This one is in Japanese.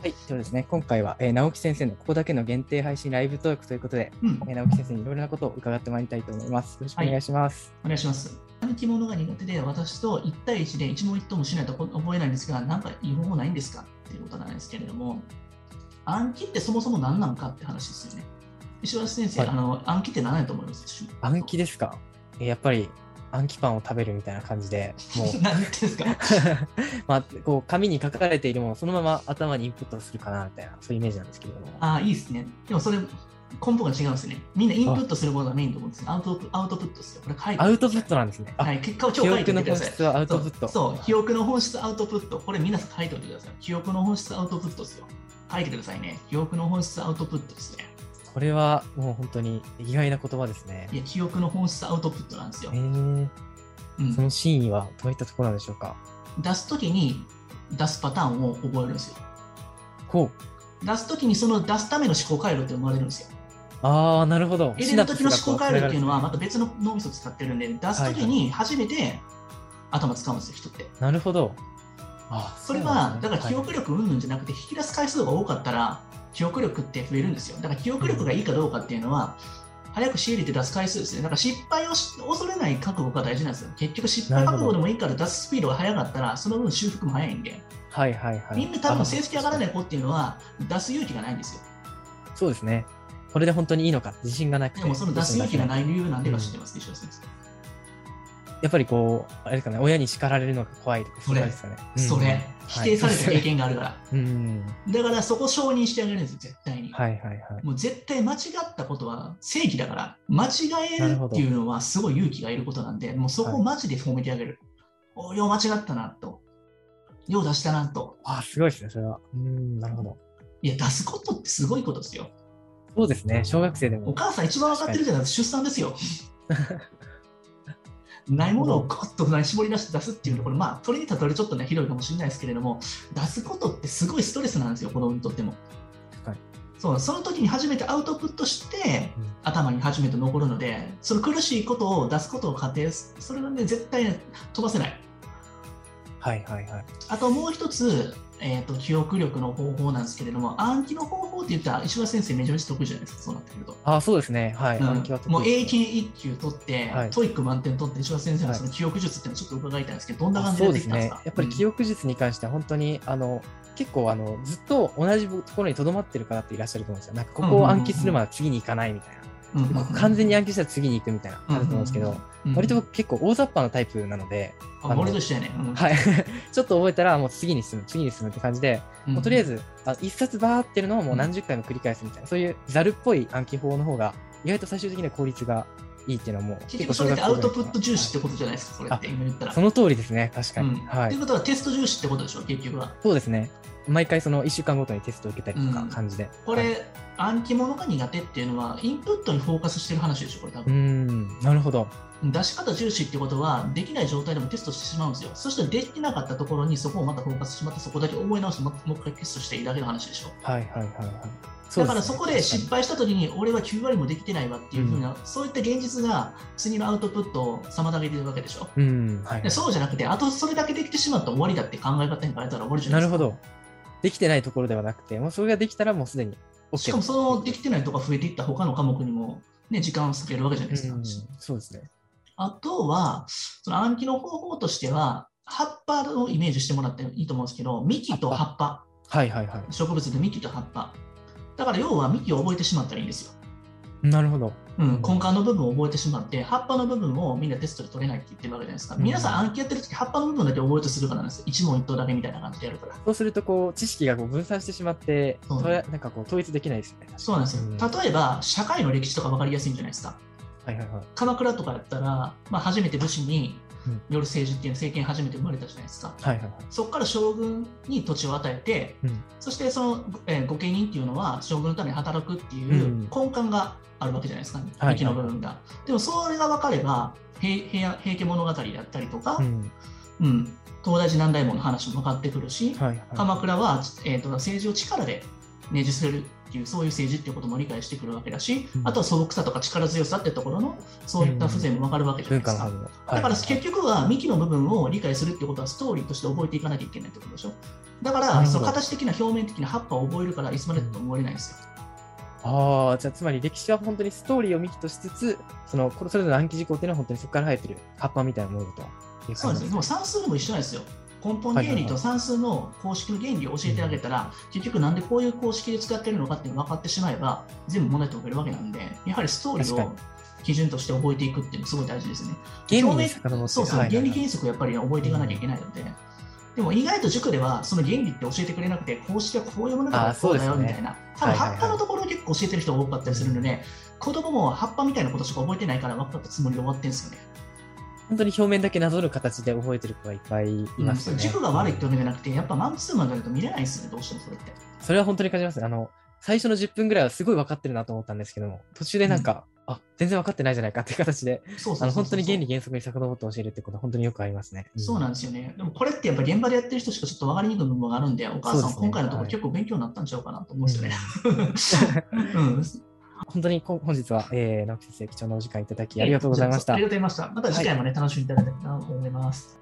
はい、そうですね。今回は、えー、直樹先生のここだけの限定配信ライブトークということで、うん、えー、直樹先生にいろいろなことを伺ってまいりたいと思います。よろしくお願いします。お願いします。兄貴物が苦手で、私と1対1で一問一答もしないとこ覚えないんですが、なんかいい方法ないんですかっていうことなんですけれども、暗記ってそもそも何なのかって話ですよね。石橋先生、はいあの暗記って何やと思います、暗記ですか、えーやっぱり暗記パンを食べるみたいな感じで、もう 何ですかまあ、こう紙に書かれているものをそのまま頭にインプットするかなみたいな、そういうイメージなんですけれども。ああ、いいですね。でもそれ、根本が違うんですよね。みんなインプットするものがメインと思うんですけど、アウトプアウトプットですよ。これ書いてアウトプットなんですね。あはい、結果を超記書いて憶みのてくだ本さい。質はアウトプット。そうそう記憶の本質アウトプットこれ皆さん書いておいてください記憶の本質アウトプットですよ書いてくださいね記憶の本質アウトプットですねこれはもう本当に意外な言葉ですね。いや記憶の本質アウトプットなんですよえ、ー、うそん、の真意はどういったところなんでしょうか。出す時に出すパターンを覚えるんですよこう。出す時にその出すための思考回路って生まれるんですよああ、なるほど。入れる時の思考回路っていうのはシナプスがこう繋がるまた別の脳みそ使ってるんで出す時に初めて頭使うんですよ人ってなるほど。あそれは、だから記は憶力うんぬんじゃなくて、引き出す回数が多かったら、記憶力って増えるんですよ。だから記憶力がいいかどうかっていうのは、早く仕入れて出す回数ですね。だから失敗をし恐れない覚悟が大事なんですよ。結局失敗覚悟でもいいから出すスピードが速かったら、その分修復も早いんで、いはいはい。。みんな多分成績上がらないい子っていうのは、出す勇気がないんですよ。そうですね。これで本当にいいのか、自信がなくて。でもその出す勇気がい。ない理由なんでか知ってますでしょ、先生。やっぱりこう、あれですかね、親に叱られるのが怖いとか、それういうことですかね。そうんれ、否定された経。験があるから。はいうん。だからそこ承認してあげるんですよ、絶対に。はいはいはい。もう絶対間違ったことは正義だから、間違えるっていうのはすごい勇気がいることなんで、もうそこをマジで褒めてあげる。およう間違ったなと。よう出したなと。ああ、すごいですね、それは。うん、なるほど。いや、出すことってすごいことですよ。そうですね、小学生でおも。母さん一番分かってるじゃないですか、出産です よ。ないものをゴッと絞り出して出すっていうところ、まあ、それに例えるちょっとね、ひどいかもしれないですけれども、出すことってすごいストレスなんですよ、子供にとっても。はいそうその時に初めてアウトプットして、うん頭に初めて残るので、その苦しいことを出すことを仮定す、それがね、絶対ね飛ばせない。はいはいはい。あともう一つ、えーと、記憶力の方法なんですけれども、暗記の方法って言ったら、石橋先生、めちゃめちゃ得意じゃないですか、そうなってくると。ああ、そうですね、はい。暗記はうん得意もう英検一級取って、はいトイック満点取って、石橋先生のはいその記憶術っていうのをちょっと伺いたいんですけど、どんなあ感じそでう出でてすきたんでねすか。やっぱり記憶術に関しては本当に、あの結構あのずっと同じところにとどまってる方っていらっしゃると思うんですよ。なんかここを暗記するまで次に行かないみたいな。うんうんここ完全に暗記したら次に行くみたいな、あると思うんですけど、、うん割と僕結構大雑把なタイプなので、あ俺と一緒やね。うんはい、 ちょっと覚えたらもう次に進む、次に進むって感じで、うんもうとりあえずあ一冊バーってるのをもう何十回も繰り返すみたいな、そういうざるっぽい暗記法の方が意外と最終的には効率がいいっていうのはもう結局それってアウトプット重視とってことじゃないですか、それって今言ったら。その通りですね、確かに。うんはっいていうことはテスト重視ってことでしょ、結局は。そうですね。毎回その1週間ごとにテストを受けたりとうんか感じで。こはいれ、暗記物が苦手っていうのは、インプットにフォーカスしてる話でしょ、これ多うー分。ん、なるほど。出し方重視ってことは、できない状態でもテストしてしまうんですよ。そしてできなかったところにそこをまたフォーカスして、またそこだけ覚え直して、またもう一回テストしていいだけの話でしょ。はいはいはいはい。うだすねからそこで失敗した時に俺は9割もできてないわっていうふうな、そういった現実が次のアウトプットを妨げてるわけでしょ。うん、はいで。そうじゃなくて、あとそれだけできてしまったら終わりだって考え方に変えたら終わりじゃなないるほですか。ど。できてないところではなくて、もうそれができたらもうすでに OK。しかもそのできてないとか増えていった他の科目にも、ね、時間を割けるわけじゃないですか。うんそうですね。あとは、その暗記の方法としては、葉っぱをイメージしてもらっていいと思うんですけど、幹と葉っぱ、はいはいは植物で幹と葉っぱ。だから要は幹を覚えてしまったらいいんですよ。い。なるほど。うん、根幹の部分を覚えてしまって、葉っぱの部分をみんなテストで取れないって言ってるわけじゃないですか。うん皆さん暗記やってる時葉っぱの部分だけ覚えようとするからなんですよ。一問一答だけみたいな感じでやるから。そうすると、こう、知識がこう分散してしまって、そうとらなんかこう、統一できないですよね。そうなんですよ。うん例えば、社会の歴史とか分かりやすいんじゃないですか。はいはいはい。鎌倉とかやったら、まあ、初めて武士にうんよる政治っていう政権初めて生まれたじゃないですか。はいはいはい。そこから将軍に土地を与えて、うんそしてその、えー御家人っていうのは将軍のために働くっていううん根幹があるわけじゃないですか、はいはい幹の部分が。でもそれが分かれば平平平家物語だったりとか、ううんん。東大寺南大門の話も分かってくるし、はいはい。鎌倉は、えーと政治を力でねじ伏せるっていう、そういう政治っていうことも理解してくるわけだし、うんあとは素朴さとか力強さってところの、そういった風情もわかるわけじゃない文で化のすか。ハブの。だからはい結局は幹の部分を理解するってことはストーリーとして覚えていかなきゃいけないってことでしょ。だかなるら、ほどその形的な表面的な葉っぱを覚えるからいつまでだと思えないんですよ。ああ、じゃあつまり歴史は本当にストーリーを幹としつつ、そのこれそれぞれの暗記事項っていうのは本当にそこから生えてる葉っぱみたいなものだというそう感じでですね。すでね。も算数も一緒なんですよ。根本原理と算数の公式の原理を教えてあげたら、結局なんでこういう公式で使ってるのかっていうのが分かってしまえば、全部問題解けるわけなんで、やはりストーリー確を基準として覚えていくっていうのがすごい大事ですね。原理に遡って。そうそう、はいはい原はい理原則をやっぱり覚えていかなきゃいけないので、でも意外と塾ではその原理って教えてくれなくて、公式はこういうものだかあらそうこうですだねよみたいな、多分はいはい葉はいっぱのところを結構教えてる人が多かったりするので、子供も葉っぱみたいなことしか覚えてないから分かったつもりで終わってるんですよね。本当に表面だけなぞる形で覚えてる子がいっぱいいますよね。塾が悪いってわけじゃなくて、やっぱマンツーマンじゃないと見れないんですよね、どうしてもそれって。それは本当に感じますね。あの、最初の10分ぐらいはすごい分かってるなと思ったんですけども、途中でなんか、あ、全然分かってないじゃないかっていう形で、そうそうそうそうあの、本当に原理原則に遡って教えるってことは本当によくありますね。そうなんですよね。でもこれってやっぱ現場でやってる人しかちょっと分かりにくい部分があるんで、お母そうさでん、すね今回のところはい結構勉強になったんちゃうかなと思うんですよね。 うん本当にこ本日は、えー、直木先生、貴重なお時間いただきありがとうございましたあり。がとうございました。また次回もね、楽しみいただきたいなと思います。